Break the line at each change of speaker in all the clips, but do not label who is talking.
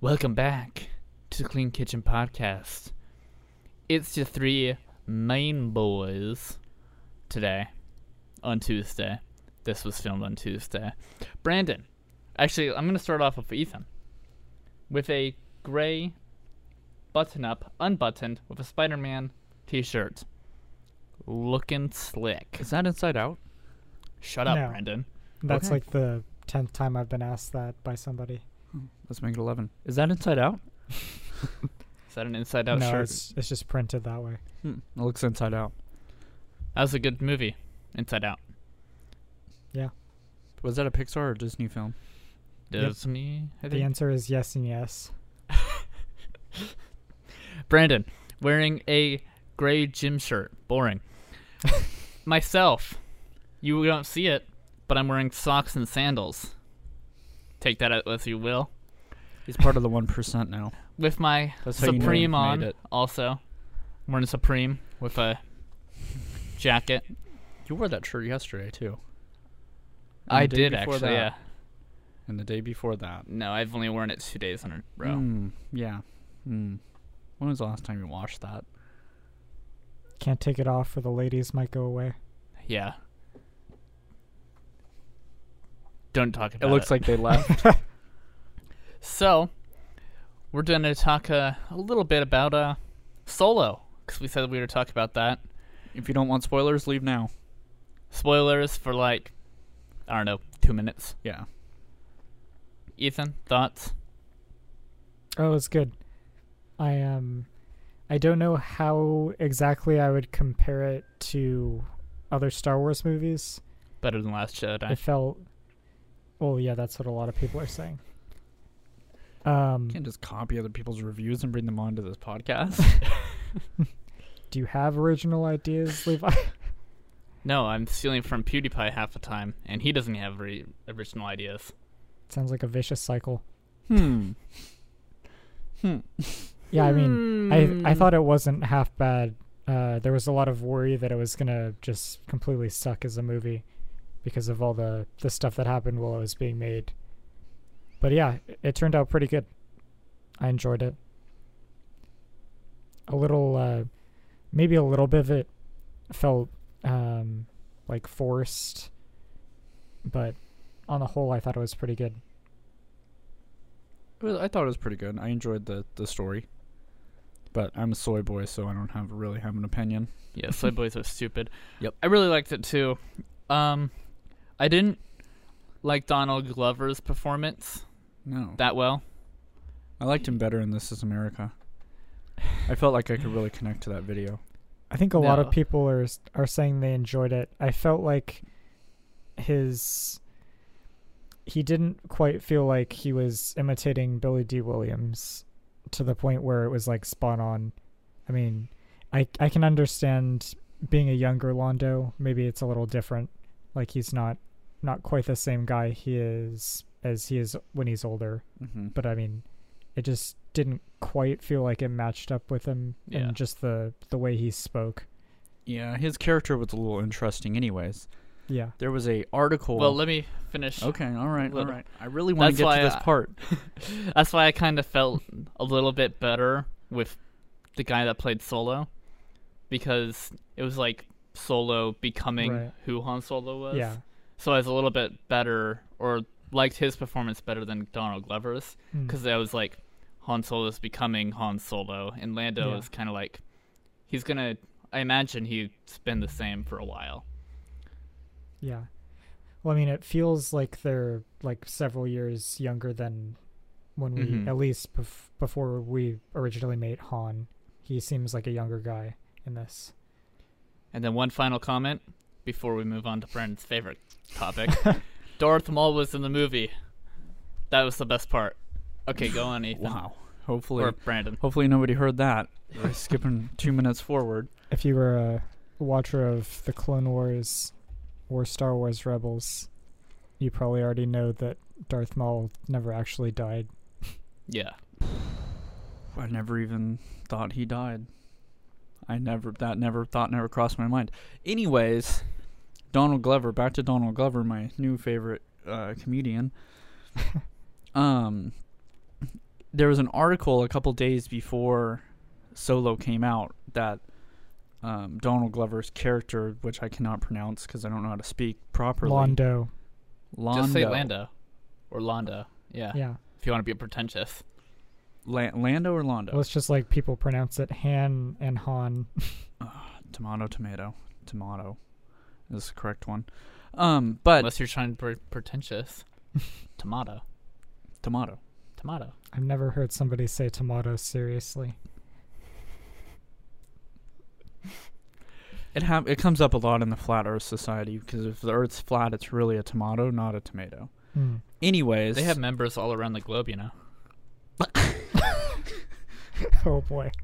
Welcome back to the Clean Kitchen Podcast. It's your three main boys today on Tuesday. This was filmed on Tuesday. Brandon, actually, I'm going to start off with Ethan with a gray button up, unbuttoned, with a Spider Man t shirt. Looking slick.
Is that Inside Out?
Shut up,
No.
Brandon.
That's
Okay.
like the tenth time I've been asked that by somebody.
Let's make it eleven. Is that Inside Out?
Is that an inside out
no,
shirt?
it's it's just printed that way.
Hmm. It looks Inside Out.
That was a good movie, Inside Out.
Was that a Pixar or Disney film?
Yep.
Disney, I
The
think.
answer is yes and yes.
Brandon wearing a gray gym shirt. Boring. Myself, you don't see it, but I'm wearing socks and sandals. Take that as you will.
He's part of the one percent now.
With my
That's how you know you've
Supreme
made
on,
it.
also wearing a Supreme with a jacket.
You wore that shirt yesterday too. And
I
the day
did
before
actually.
that,
Yeah.
And the day before that.
No, I've only worn it two days in a row.
Mm, yeah. Mm. When was the last time you washed that?
Can't take it off or the ladies might go away.
Yeah. Don't talk about it.
it looks like they left.
So, we're going to talk uh, a little bit about uh, Solo, because we said we were talk about that.
if you don't want spoilers, leave now.
Spoilers for like, I don't know, two minutes.
Yeah.
Ethan, thoughts?
Oh, it's good. I um I don't know how exactly I would compare it to other Star Wars movies.
Better than Last Jedi.
It felt well, yeah, that's what a lot of people are saying. Um
You can't just copy other people's reviews and bring them onto this podcast.
do you have original ideas, Levi?
no, I'm stealing from PewDiePie half the time, and he doesn't have re- original ideas.
Sounds like a vicious cycle.
hmm. Hmm.
Yeah, I
Hmm.
mean I I thought it wasn't half bad. Uh, there was a lot of worry that it was gonna just completely suck as a movie because of all the the stuff that happened while it was being made. But yeah, it- it turned out pretty good. I enjoyed it. A little, uh, maybe a little bit of it felt um, like forced, but on the whole, I thought it was pretty good.
It was- I thought it was pretty good. I enjoyed the the story, but I'm a soy boy, so I don't have really have an opinion.
Yeah, Soy Boys are stupid.
Yep.
I really liked it too. Um, I didn't like Donald Glover's performance
No,
that well.
I liked him better in This Is America. I felt like I could really connect to that video.
I think a lot
No.
of people are s- are saying they enjoyed it. I felt like his he didn't quite feel like he was imitating Billy D. Williams to the point where it was like spot on. I mean, I I can understand being a younger Londo. Maybe it's a little different. Like he's not not quite the same guy he is as he is when he's older.
Mm-hmm.
But I mean, it just didn't quite feel like it matched up with him
Yeah.
and just the the way he spoke.
Yeah, his character was a little interesting. Anyways,
Yeah.
there was a article.
Well, let me finish.
okay, all right, all
let-
right. I really
That's
want to get
why
to this
I-
part.
That's why I kind of felt a little bit better with the guy that played Solo, because it was like Solo becoming
Right.
who Han Solo was.
Yeah.
So I was a little bit better, or liked his performance better than Donald Glover's,
Mm.
because I was like, Han Solo is becoming Han Solo, and Lando
Yeah.
is kind of like, he's gonna. I imagine he's been the same for a while.
Yeah. Well, I mean, it feels like they're like several years younger than when we,
Mhm.
at least bef- before we originally made Han. He seems like a younger guy in this.
And then one final comment before we move on to Brandon's favorite topic. Darth Maul was in the movie. That was the best part. Okay, go on, Ethan.
Wow. Hopefully,
Or Brandon.
hopefully nobody heard that. We're skipping two minutes forward.
If you were a watcher of the Clone Wars or Star Wars Rebels, you probably already know that Darth Maul never actually died.
Yeah.
I never even thought he died. I never that never thought never crossed my mind. Anyways, Donald Glover, back to Donald Glover, my new favorite uh, comedian. um, there was an article a couple days before Solo came out that um, Donald Glover's character, which I cannot pronounce because I don't know how to speak properly,
Londo.
Londo,
Just say Lando, or Londa. Yeah.
Yeah.
If you want to be pretentious.
La- Lando or Londo?
Well, it's just like people pronounce it Han and Han.
tomato, tomato, tomato is the correct one. Um, but
Unless you're trying to be pretentious. tomato.
tomato.
Tomato.
I've never heard somebody say tomato seriously.
It ha- it comes up a lot in the flat Earth society because if the Earth's flat, it's really a tomato, not a tomato.
Hmm.
Anyways,
They have members all around the globe, you know.
Oh boy.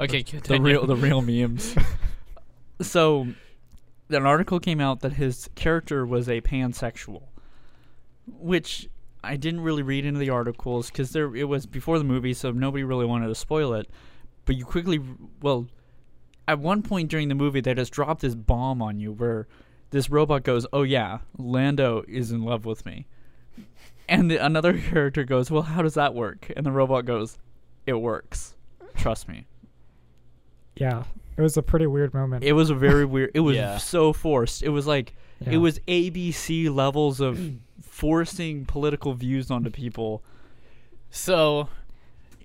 Okay,
the
continue.
real the real memes. so, an article came out that his character was a pansexual, which I didn't really read into the articles because there it was before the movie, so nobody really wanted to spoil it. But you quickly, well, at one point during the movie, they just dropped this bomb on you where this robot goes, "Oh yeah, Lando is in love with me," and the, another character goes, "Well, how does that work?" And the robot goes, "It works. Trust me."
Yeah. It was a pretty weird moment.
It was a very weird. It was
Yeah.
so forced. It was like
Yeah.
it was ABC levels of forcing political views onto people
so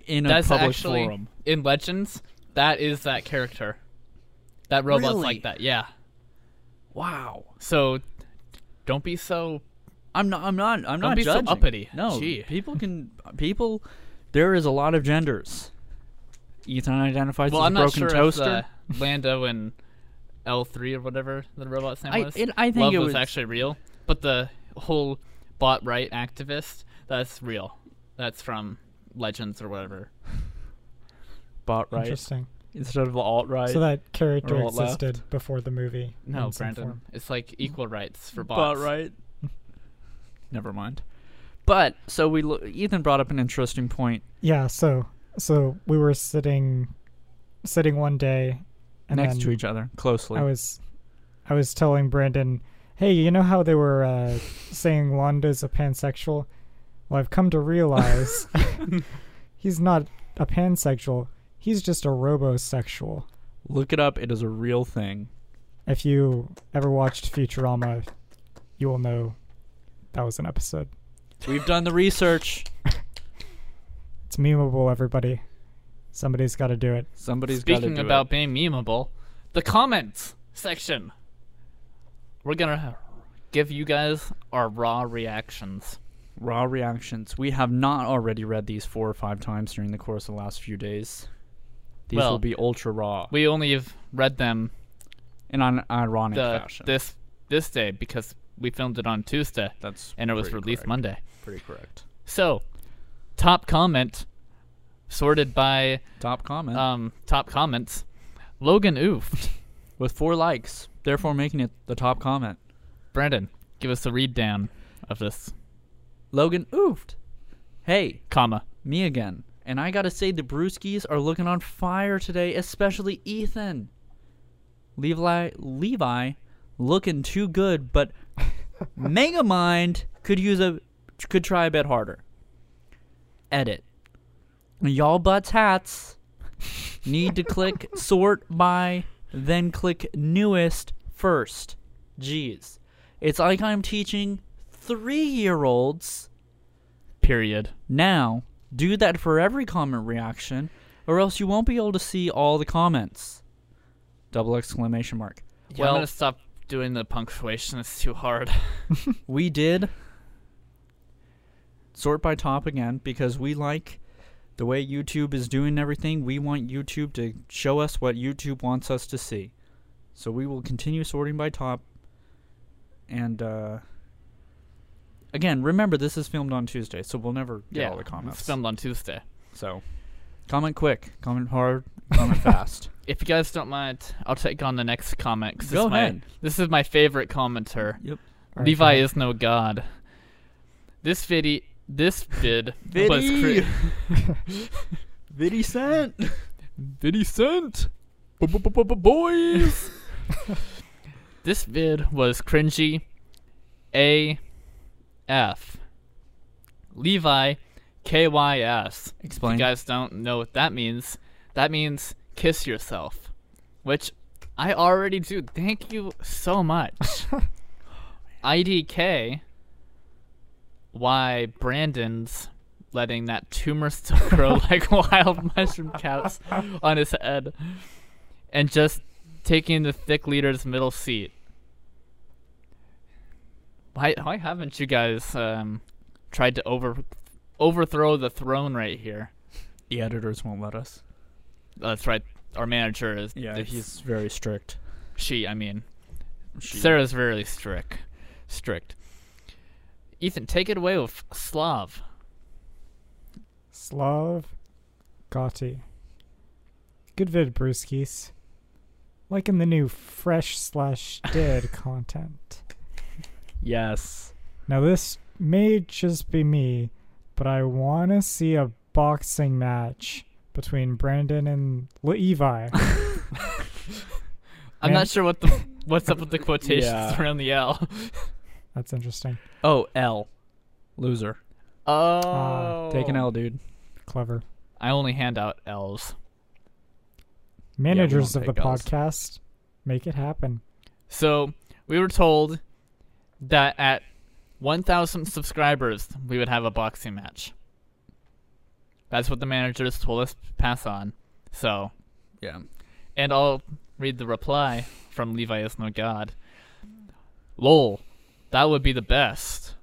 in
That's
a public
actually-
forum.
in Legends, that is that character. That robot's
Really?
like that, yeah.
Wow.
So don't be so
I'm not. I'm not. I'm
Don't
not
be so
judging.
uppity.
No,
Gee.
people can. People, there is a lot of genders. Ethan identifies
well.
as
I'm
a
not
broken
sure
toaster.
if uh, Lando and L three or whatever the robot's name
I,
was.
it, I think
Love
it
was,
was
actually real, but the whole bot right activist that's real. That's from Legends or whatever.
bot right
Interesting.
instead of alt right.
So that character
Or what left?
existed before the movie.
No,
in some
Brandon,
form.
it's like equal rights for
But
bots.
right? Never mind. But so we lo- Ethan brought up an interesting point
Yeah. So so we were sitting sitting one day and
next to
then
each other closely.
I was I was telling Brandon, hey, you know how they were uh, saying Londo's a pansexual? Well, I've come to realize he's not a pansexual. He's just a robosexual.
Look it up. It is a real thing.
If you ever watched Futurama, you will know that was an episode.
We've done the research.
It's memeable, everybody. Somebody's got to do it.
Somebody's
Speaking
gotta do
about
it.
being memeable, the comments section. We're gonna give you guys our raw reactions.
raw reactions. We have not already read these four or five times during the course of the last few days. These
Well,
will be ultra raw
We only have read them
in an ironic
the,
fashion.
this this day because we filmed it on Tuesday
That's
and it was
pretty
released
correct.
Monday.
Pretty correct.
So, top comment sorted by
Top comment
um, top comments. Logan oofed.
with four likes, therefore making it the top comment.
Brandon, give us a read down of this
Logan oofed. Hey,
comma.
me again. And I gotta say, the Brewskis are looking on fire today, especially Ethan. Levi, Levi, looking too good, but Megamind could use a could try a bit harder. Edit. Y'all butts hats need to click sort by, then click newest first. Jeez, it's like I'm teaching three-year-olds.
Period.
Now, do that for every comment reaction, or else you won't be able to see all the comments. Double exclamation mark.
well, I'm
Well-
gonna stop doing the punctuation. It's too hard.
We did sort by top again because we like the way YouTube is doing everything. We want YouTube to show us what YouTube wants us to see. So we will continue sorting by top. And uh, again, remember this is filmed on Tuesday, so we'll never get all the comments.
It's filmed on Tuesday.
So, comment quick, comment hard, comment fast.
If you guys don't mind, I'll take on the next comment. 'cause
Go
it's my-
ahead.
this is my favorite commenter.
All right,
Levi
guys.
is no god. This vidi, this vid was
Vidi.
cre-
Viddy sent.
Viddy sent. Boys. this vid was cringy. A. F. Levi KYS. If
Explain.
you guys don't know what that means, that means kiss yourself, which I already do. Thank you so much. IDK, why Brandon's letting that tumor still grow like wild mushroom caps on his head and just taking the thick leader's middle seat. Why, why haven't you guys um, tried to over overthrow the throne right here?
the editors won't let us.
That's right. Our manager is.
Yeah,
is-
he's very strict.
she. I mean,
She-
Sarah's very strict. Strict. Ethan, take it away with Slav.
Slav Gotti. Good vid, Brewskis. Liking the new fresh slash dead content.
Yes.
Now, this may just be me, but I want to see a boxing match between Brandon and Levi.
I'm
Man.
not sure what the what's up with the quotations
Yeah.
around the L.
That's interesting.
Oh, L. Loser.
Oh,
Take an Uh, L, dude.
Clever.
I only hand out L's.
Managers
won't
of the
take Ls.
podcast, make it happen.
So we were told that at 1,000 subscribers we would have a boxing match. That's what the managers told us to pass on. So
Yeah.
And I'll read the reply from Levi is no god. Lol, that would be the best.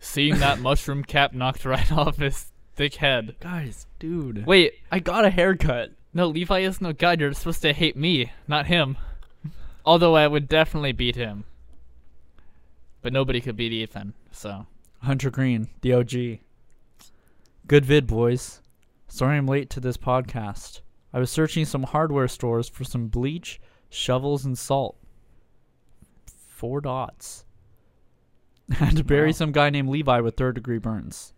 Seeing that mushroom cap knocked right off his thick head.
Guys, dude.
Wait,
I got a haircut.
no, Levi is no god. You're supposed to hate me, not him. Although I would definitely beat him. But nobody could beat Ethan, so.
Hunter Green, the OG. Good vid, boys. Sorry I'm late to this podcast. I was searching some hardware stores for some bleach, shovels, and salt. Four dots. Had to bury
Wow.
some guy named Levi with third degree burns.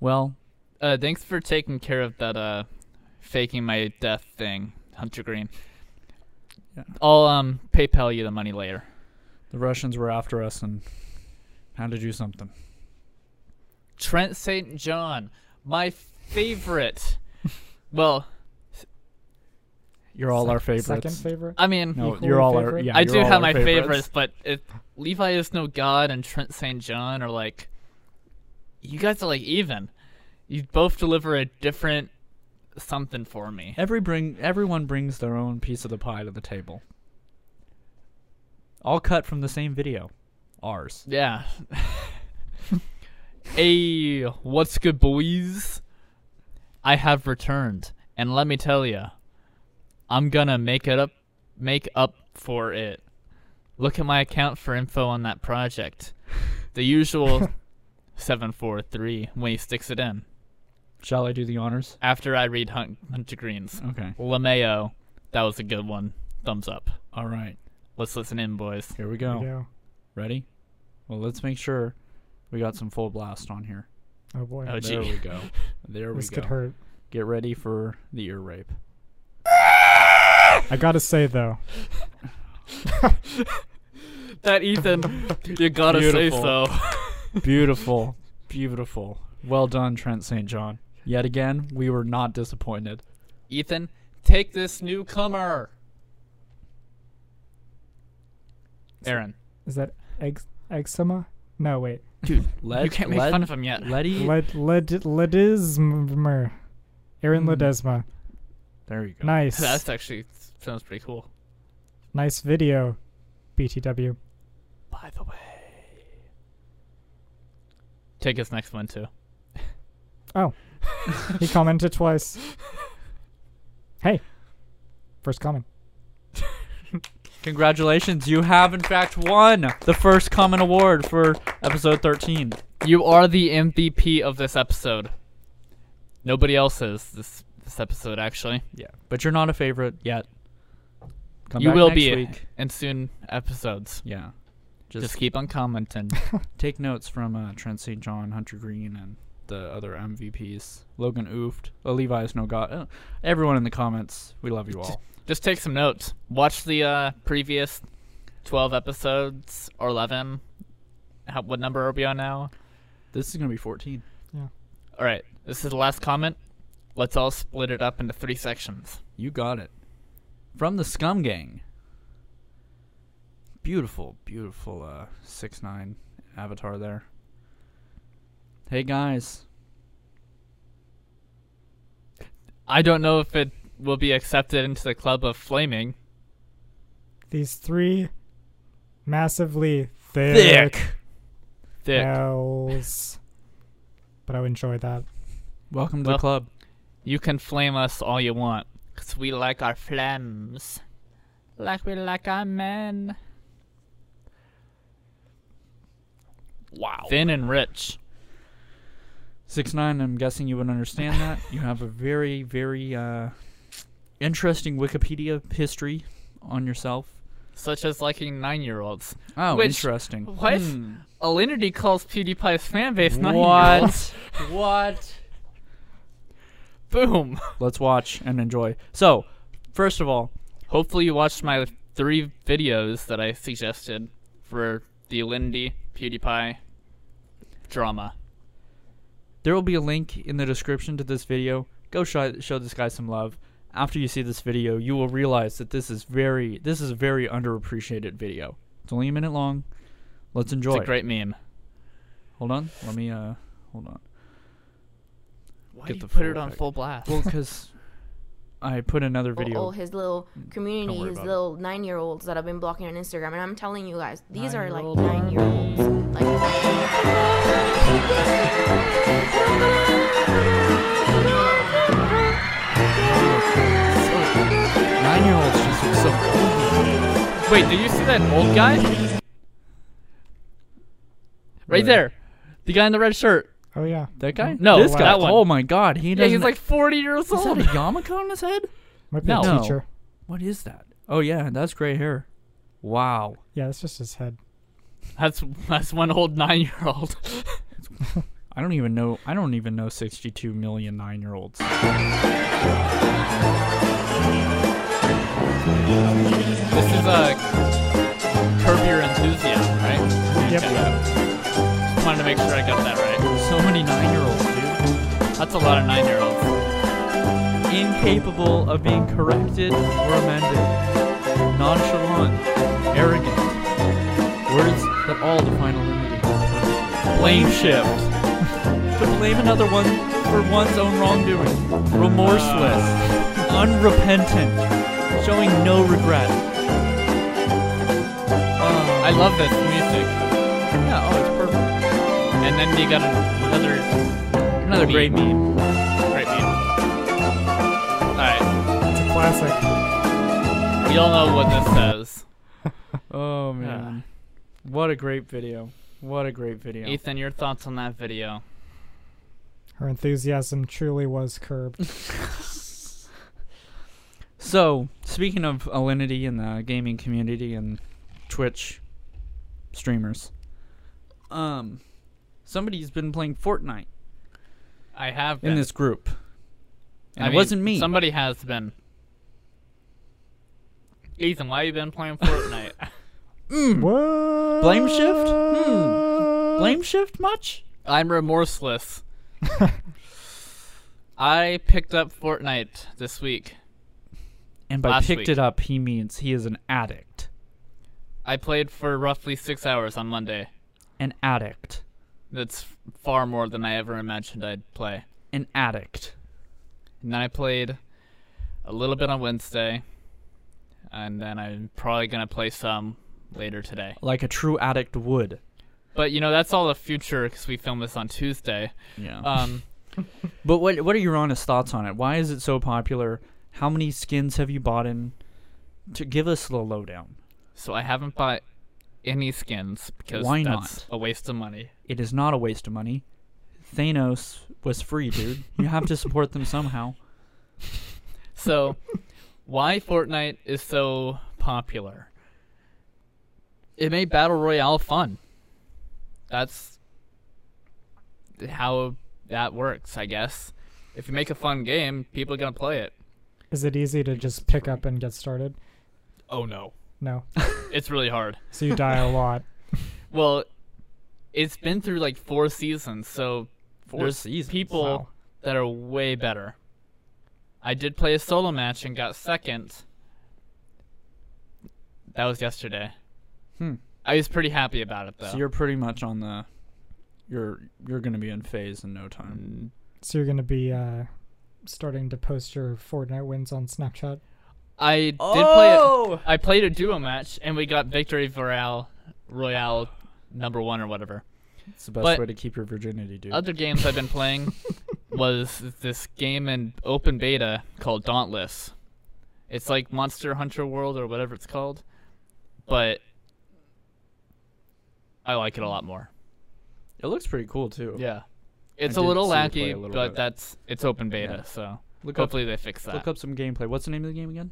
Well,
Uh, thanks for taking care of that uh, faking my death thing, Hunter Green.
Yeah.
I'll um PayPal you the money later.
the Russians were after us and had to do something.
Trent St. John, my favorite. well,
You're all our
Sec-
favorites.
Second favorite?
I mean,
No,
Equally
you're all our.
favorite?
Yeah,
I
you're
do
all
have
our
my
favorites.
favorites, but if Levi is no god and Trent St. John are like, you guys are like even. You both deliver a different something for me.
Every bring everyone brings their own piece of the pie to the table. All cut from the same video. Ours.
Yeah. hey, what's good, boys? I have returned, and let me tell you, I'm gonna make it up, make up for it. Look at my account for info on that project. The usual seven four three when he sticks it in.
Shall I do the honors?
After I read Hunt, Hunter Green's
Okay.
Lameo, that was a good one. Thumbs up.
All right.
Let's listen in, boys.
Here we
There
go.
we go.
Ready? Well, let's make sure we got some full blast on here.
Oh boy.
Oh,
there
gee.
we go. There we
this
go.
could hurt.
Get ready for the ear rape.
I gotta say, though,
That Ethan, you gotta
Beautiful.
say so.
Beautiful. Beautiful. Well done, Trent St. John. Yet again, we were not disappointed.
Ethan, take this newcomer. Aaron.
is that ex- eczema? No, wait.
Dude,
Led,
you can't make
led,
fun of him yet.
Letty.
Led, led, ledesmer. Aaron
Hmm.
Ledesma.
there you go.
Nice.
That's actually sounds pretty cool.
Nice video, BTW.
By the way. Take his next one too.
He commented twice. Hey, first comment.
Congratulations, you have in fact won the first common award for episode 13.
You are the MVP of this episode. Nobody else is this this episode actually.
Yeah, but you're not a favorite yet. Come
you
back
will
next
be
Week.
in soon episodes.
Yeah. Just,
Just, keep on commenting.
take notes from uh, Trent St. John, Hunter Green, and the other MVPs. Logan Ooft, uh, Levi's No God. Uh, everyone in the comments, we love you all.
Just take some notes. Watch the uh, previous 12 episodes or 11. How, what number are we on now?
This is going to be 14.
All right, this is the last comment. Let's all split it up into three sections.
You got it. From the Scum Gang. Beautiful, beautiful uh six nine avatar there. Hey guys.
I don't know if it will be accepted into the club of flaming.
These three massively thick,
Thick.
Thick.
L's. But I enjoy that.
Welcome to
Well-
the club.
You can flame us all you want, 'cause we like our flams. Like we like our men.
Wow.
Thin and rich.
Six nine, I'm guessing you would understand that. You have a very, very uh interesting Wikipedia history on yourself.
Such as liking nine year olds.
Oh,
Which-
interesting. Hmm,
What? Hmm. Alinity calls PewDiePie's fanbase nine year olds.
What? what?
Boom.
Let's watch and enjoy. So, first of all,
Hopefully you watched my three videos that I suggested for the Alinity PewDiePie drama.
There will be a link in the description to this video. Go show, show this guy some love. After you see this video, you will realize that this is very this is a very underappreciated video. It's only a minute long. Let's enjoy.
It's a great meme.
hold on. Let me uh hold on.
Why
Get
do you
the
put
full
it on
effect.
full blast?
Well, cuz I put another
all- all
video.
his little community,
worry
his
about it.
little nine year olds that I've been blocking on Instagram. And I'm telling you guys, these are like
Nine-year-old.
nine year olds. Like,
Nine year olds just look so.
Wait, did you see that old guy? Right
Where?
there. The guy in the red shirt.
Oh yeah.
That guy?
No,
this guy.
that one.
Oh my god, he
Yeah,
doesn't.
he's like 40 years
is that
old.
a yarmulke on his head?
Might be
No.
a teacher.
What is that? Oh yeah, that's gray hair. Wow.
Yeah, that's just his head.
That's that's one old nine year old.
I don't even know. I don't even know 62 million nine-year-olds.
This is a Curb Your Enthusiasm, right?
Yep.
Just wanted to make sure I got that right.
So many nine-year-olds, dude.
That's a lot of nine year olds.
Incapable of being corrected or amended. Nonchalant. Arrogant. Words that all define a
Blame shift.
To blame another one for one's own wrongdoing. Remorseless. Unrepentant. Showing no regret.
I
Uh,
love this music.
yeah, oh, it's perfect.
And then you got another
Another great meme.
Great meme. Alright,
It's a classic.
we all know what this says.
Oh man. What a great video. What a great video.
Ethan, your thoughts on that video?
Her enthusiasm truly was curbed.
So, speaking of Alinity and the gaming community and Twitch streamers. Um somebody's been playing Fortnite
I have
in
been.
this group. And
I
it
mean,
wasn't me.
Somebody has been. Ethan, why you been playing Fortnite?
What?
Blame shift? Hmm. Blame shift much?
I'm remorseless. I picked up Fortnite this week.
And by
Last
picked
week.
it up he means he is an addict.
I played for roughly six hours on Monday.
An addict.
That's far more than I ever imagined I'd play.
An addict.
And then I played a little bit on Wednesday. And then I'm probably going to play some later today.
Like a true addict would.
But, you know, that's all the future because we filmed this on Tuesday.
Yeah.
Um,
Uh, But what what are your honest thoughts on it? Why is it so popular? How many skins have you bought in? To give us the lowdown.
so I haven't bought any skins because
Why
that's
not?
a waste of money.
It is not a waste of money. Thanos was free, dude. You have to support them somehow.
So, why Fortnite is so popular? It made battle royale fun. That's how that works, I guess. If you make a fun game, people are gonna play it.
Is it easy to just pick up and get started?
Oh no,
No.
it's really hard.
So you die a lot.
Well, it's been through like four seasons, so
Four
There's
seasons.
people
Wow.
that are way better. I did play a solo match and got second. That was yesterday.
Hmm.
I was pretty happy about it though.
So you're pretty much on the. You're you're gonna be in phase in no
Mm,
time.
So you're gonna be uh, starting to post your Fortnite wins on Snapchat.
I did play.
Oh!
A, I played a duo match and we got victory royale, royale number one or whatever.
It's the best
But-
way to keep your virginity, dude.
Other games I've been playing was this game in open beta called Dauntless. It's like Monster Hunter World or whatever it's called, but I like it a lot more.
it looks pretty cool too.
Yeah, it's
I
a
did
little
see you play
lacky,
a little
but
bit.
that's it's open beta,
Yeah.
so
Look up
hopefully they fix that.
look up some gameplay. What's the name of the game again?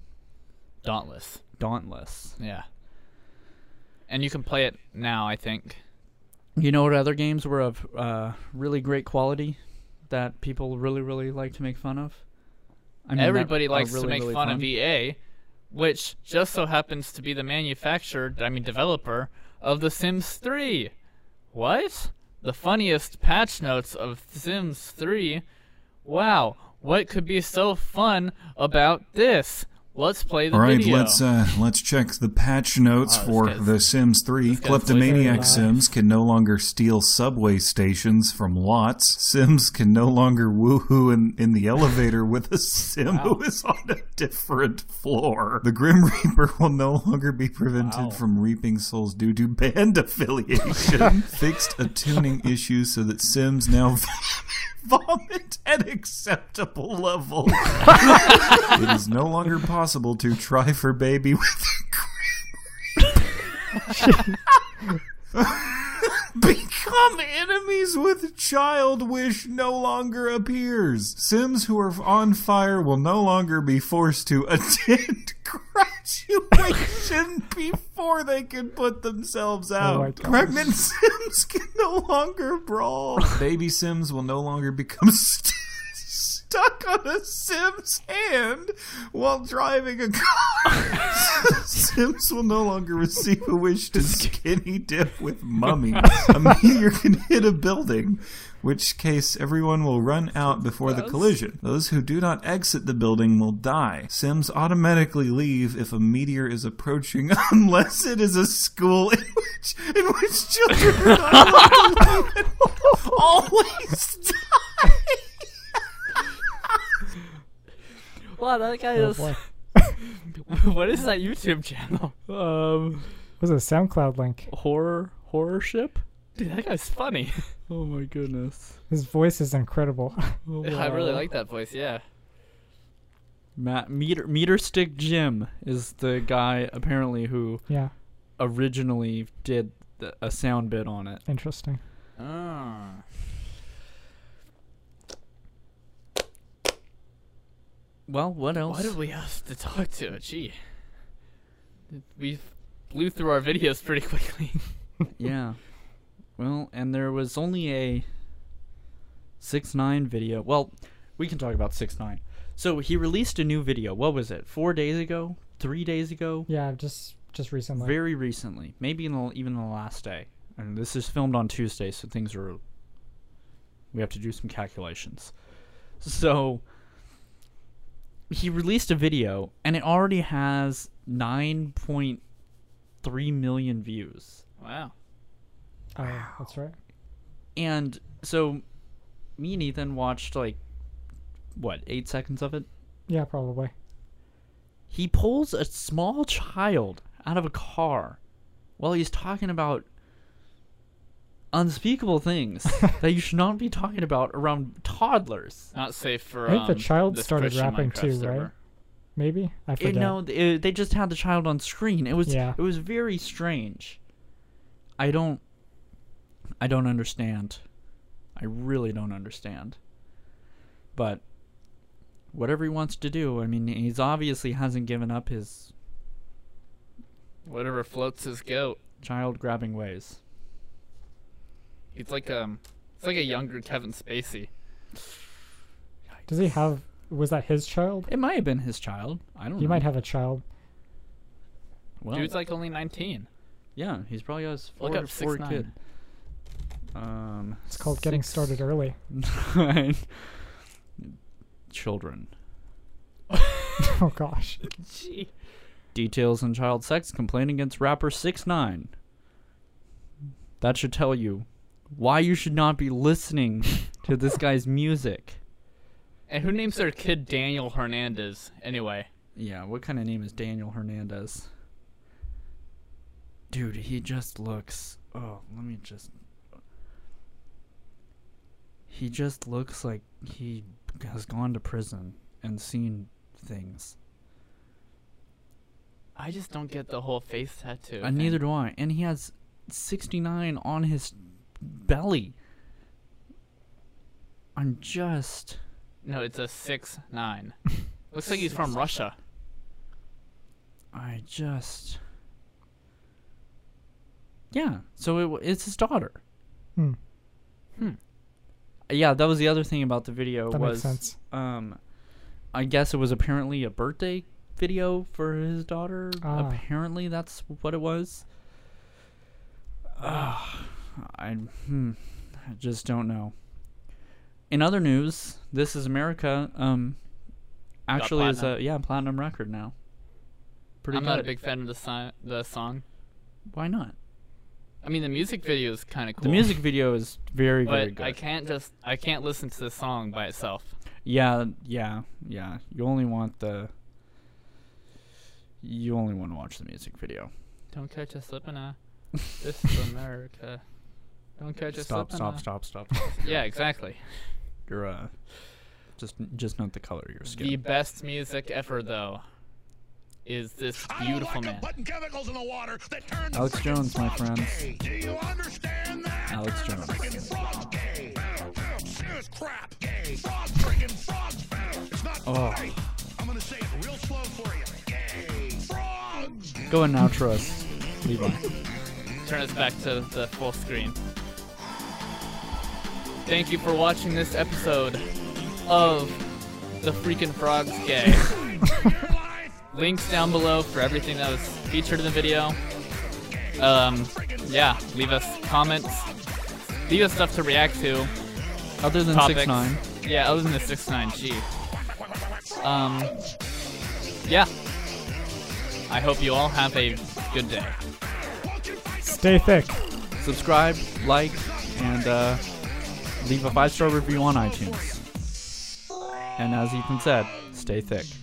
Dauntless.
Dauntless.
Yeah, and you can play it now. I think
You know what other games were of uh, really great quality that people really really like to make fun of? I that
everybody
are
likes
really,
to make
really
fun,
fun?
of E- EA, which just so happens to be the manufacturer, I mean developer of The Sims 3. What? The funniest patch notes of Sims 3. Wow, what could be so fun about this? Let's play the
All right,
video.
let's uh, let's check the patch notes
Wow, this
for
guy's-
The Sims 3.
guy's laser
Kleptomaniac
eyes.
Sims can no longer steal subway stations from lots. Sims can no longer woohoo in, in the elevator with a Sim who is on a different floor. The Grim Reaper will no longer be prevented
Wow.
from reaping souls due to band affiliation. Fixed a tuning issue so that Sims now vomit at acceptable level. it is no longer possible to try for baby with Become enemies with child wish no longer appears. Sims who are on fire will no longer be forced to attend graduation before they can put themselves out.
my gosh.
Pregnant Sims can no longer brawl. Baby Sims will no longer become st- stuck on a Sim's hand while driving a car. Sims will no longer receive a wish to skinny dip with mummy. A meteor can hit a building, which case everyone will run out before the collision. Those who do not exit the building will die. Sims automatically leave if a meteor is approaching, unless it is a school in which in which children are not allowed to leave. always die.
Wow, that guy
Oh,
is.
boy.
what is that YouTube channel?
um
was it a SoundCloud link?
horror horror ship.
Dude, that guy's funny.
Oh my goodness.
His voice is incredible.
Oh,
I really
wow.
like that voice. Yeah.
Ma- meter meter stick Jim is the guy apparently who
yeah,
originally did the, a sound bit on it.
interesting.
uh,
Oh.
Well, what else?
Why did we have to talk to? Gee, we blew through our videos pretty quickly.
yeah. Well, and there was only a six nine video. Well, we can talk about six nine. So he released a new video. What was it? Four days ago? Three days ago?
Yeah, just just recently.
Very recently, maybe in the, even the last day. And this is filmed on Tuesday, so things are. We have to do some calculations. So he released a video, and it already has nine point three million views.
Wow.
Oh, that's right.
And so, me and Ethan watched like what eight seconds of it.
Yeah, probably.
He pulls a small child out of a car while he's talking about unspeakable things that you should not be talking about around toddlers.
Not safe for.
I think the
um,
child
this
started
Christian
rapping
Minecraft
too,
server.
right? Maybe I
It,
forget.
no, th- it- they just had the child on screen. It was
Yeah.
it was very strange. I don't I don't understand. I really don't understand. But whatever he wants to do, I mean, he's obviously hasn't given up his
Whatever floats his goat.
child grabbing ways.
He's like um, it's like a younger Kevin Spacey.
Does he have? Was that his child?
It might have been his child. I don't know.
He might have a child.
Well,
Dude's like only 19.
yeah, he's probably got his four,
Look up
four
6ix9ine.
kid. Um,
It's called getting started early.
Nine children.
Oh gosh.
Details on child sex complaint against rapper Six Nine. That should tell you why you should not be listening to this guy's music.
And who names their kid Daniel Hernandez anyway?
Yeah, what kind of name is Daniel Hernandez? Dude, he just looks. Oh, let me just. He just looks like he has gone to prison and seen things.
I just don't get the whole face tattoo.
And Uh, neither do I. And he has 69 on his belly. I'm just.
No, it's a six nine. Looks like he's from Russia.
I just. Yeah, so it, w- it's his daughter.
Hmm,
Yeah, that was the other thing about the video
that makes
was
sense.
um I guess it was apparently a birthday video for his daughter.
Ah.
Apparently that's what it was. Ah, I hmm, I just don't know. In other news, This Is America um actually is a
platinum.
yeah, platinum record now. Pretty
I'm
good.
not a big fan of the si- the song.
Why not?
I mean, the music video is kind of cool.
The music video is very very
but
good.
I can't just I can't listen to the song by itself.
Yeah, yeah, yeah. You only want the. You only want to watch the music video.
Don't catch us slipping now. This is America. Don't catch us
stop,
slipping
stop,
now.
stop, stop,
Yeah, exactly.
You're uh, just just note the color of your skin.
The best music ever, though, is this beautiful man.
chemicals in the water that turns
Alex
frickin'
Jones, my
frogs
friends.
gay. Do you understand that?
Alex
Turns
Jones.
frickin' frogs gay. Serious crap. Gay. Frogs, frickin' frogs. It's not
Oh.
funny. I'm gonna say it real slow for you. Gay. Frogs.
Go and outro us, Levi.
Turn us back to the full screen. Thank you for watching this episode of The Freaking Frogs Gay. Links down below for everything that was featured in the video. Um, yeah, leave us comments. Leave us stuff to react to.
Other than
Topics.
six nine,
Yeah, other than the 6 9 G. Um, yeah. I hope you all have a good day.
Stay thick.
subscribe, like, and uh, leave a five star review on iTunes. And as Ethan said, stay thick.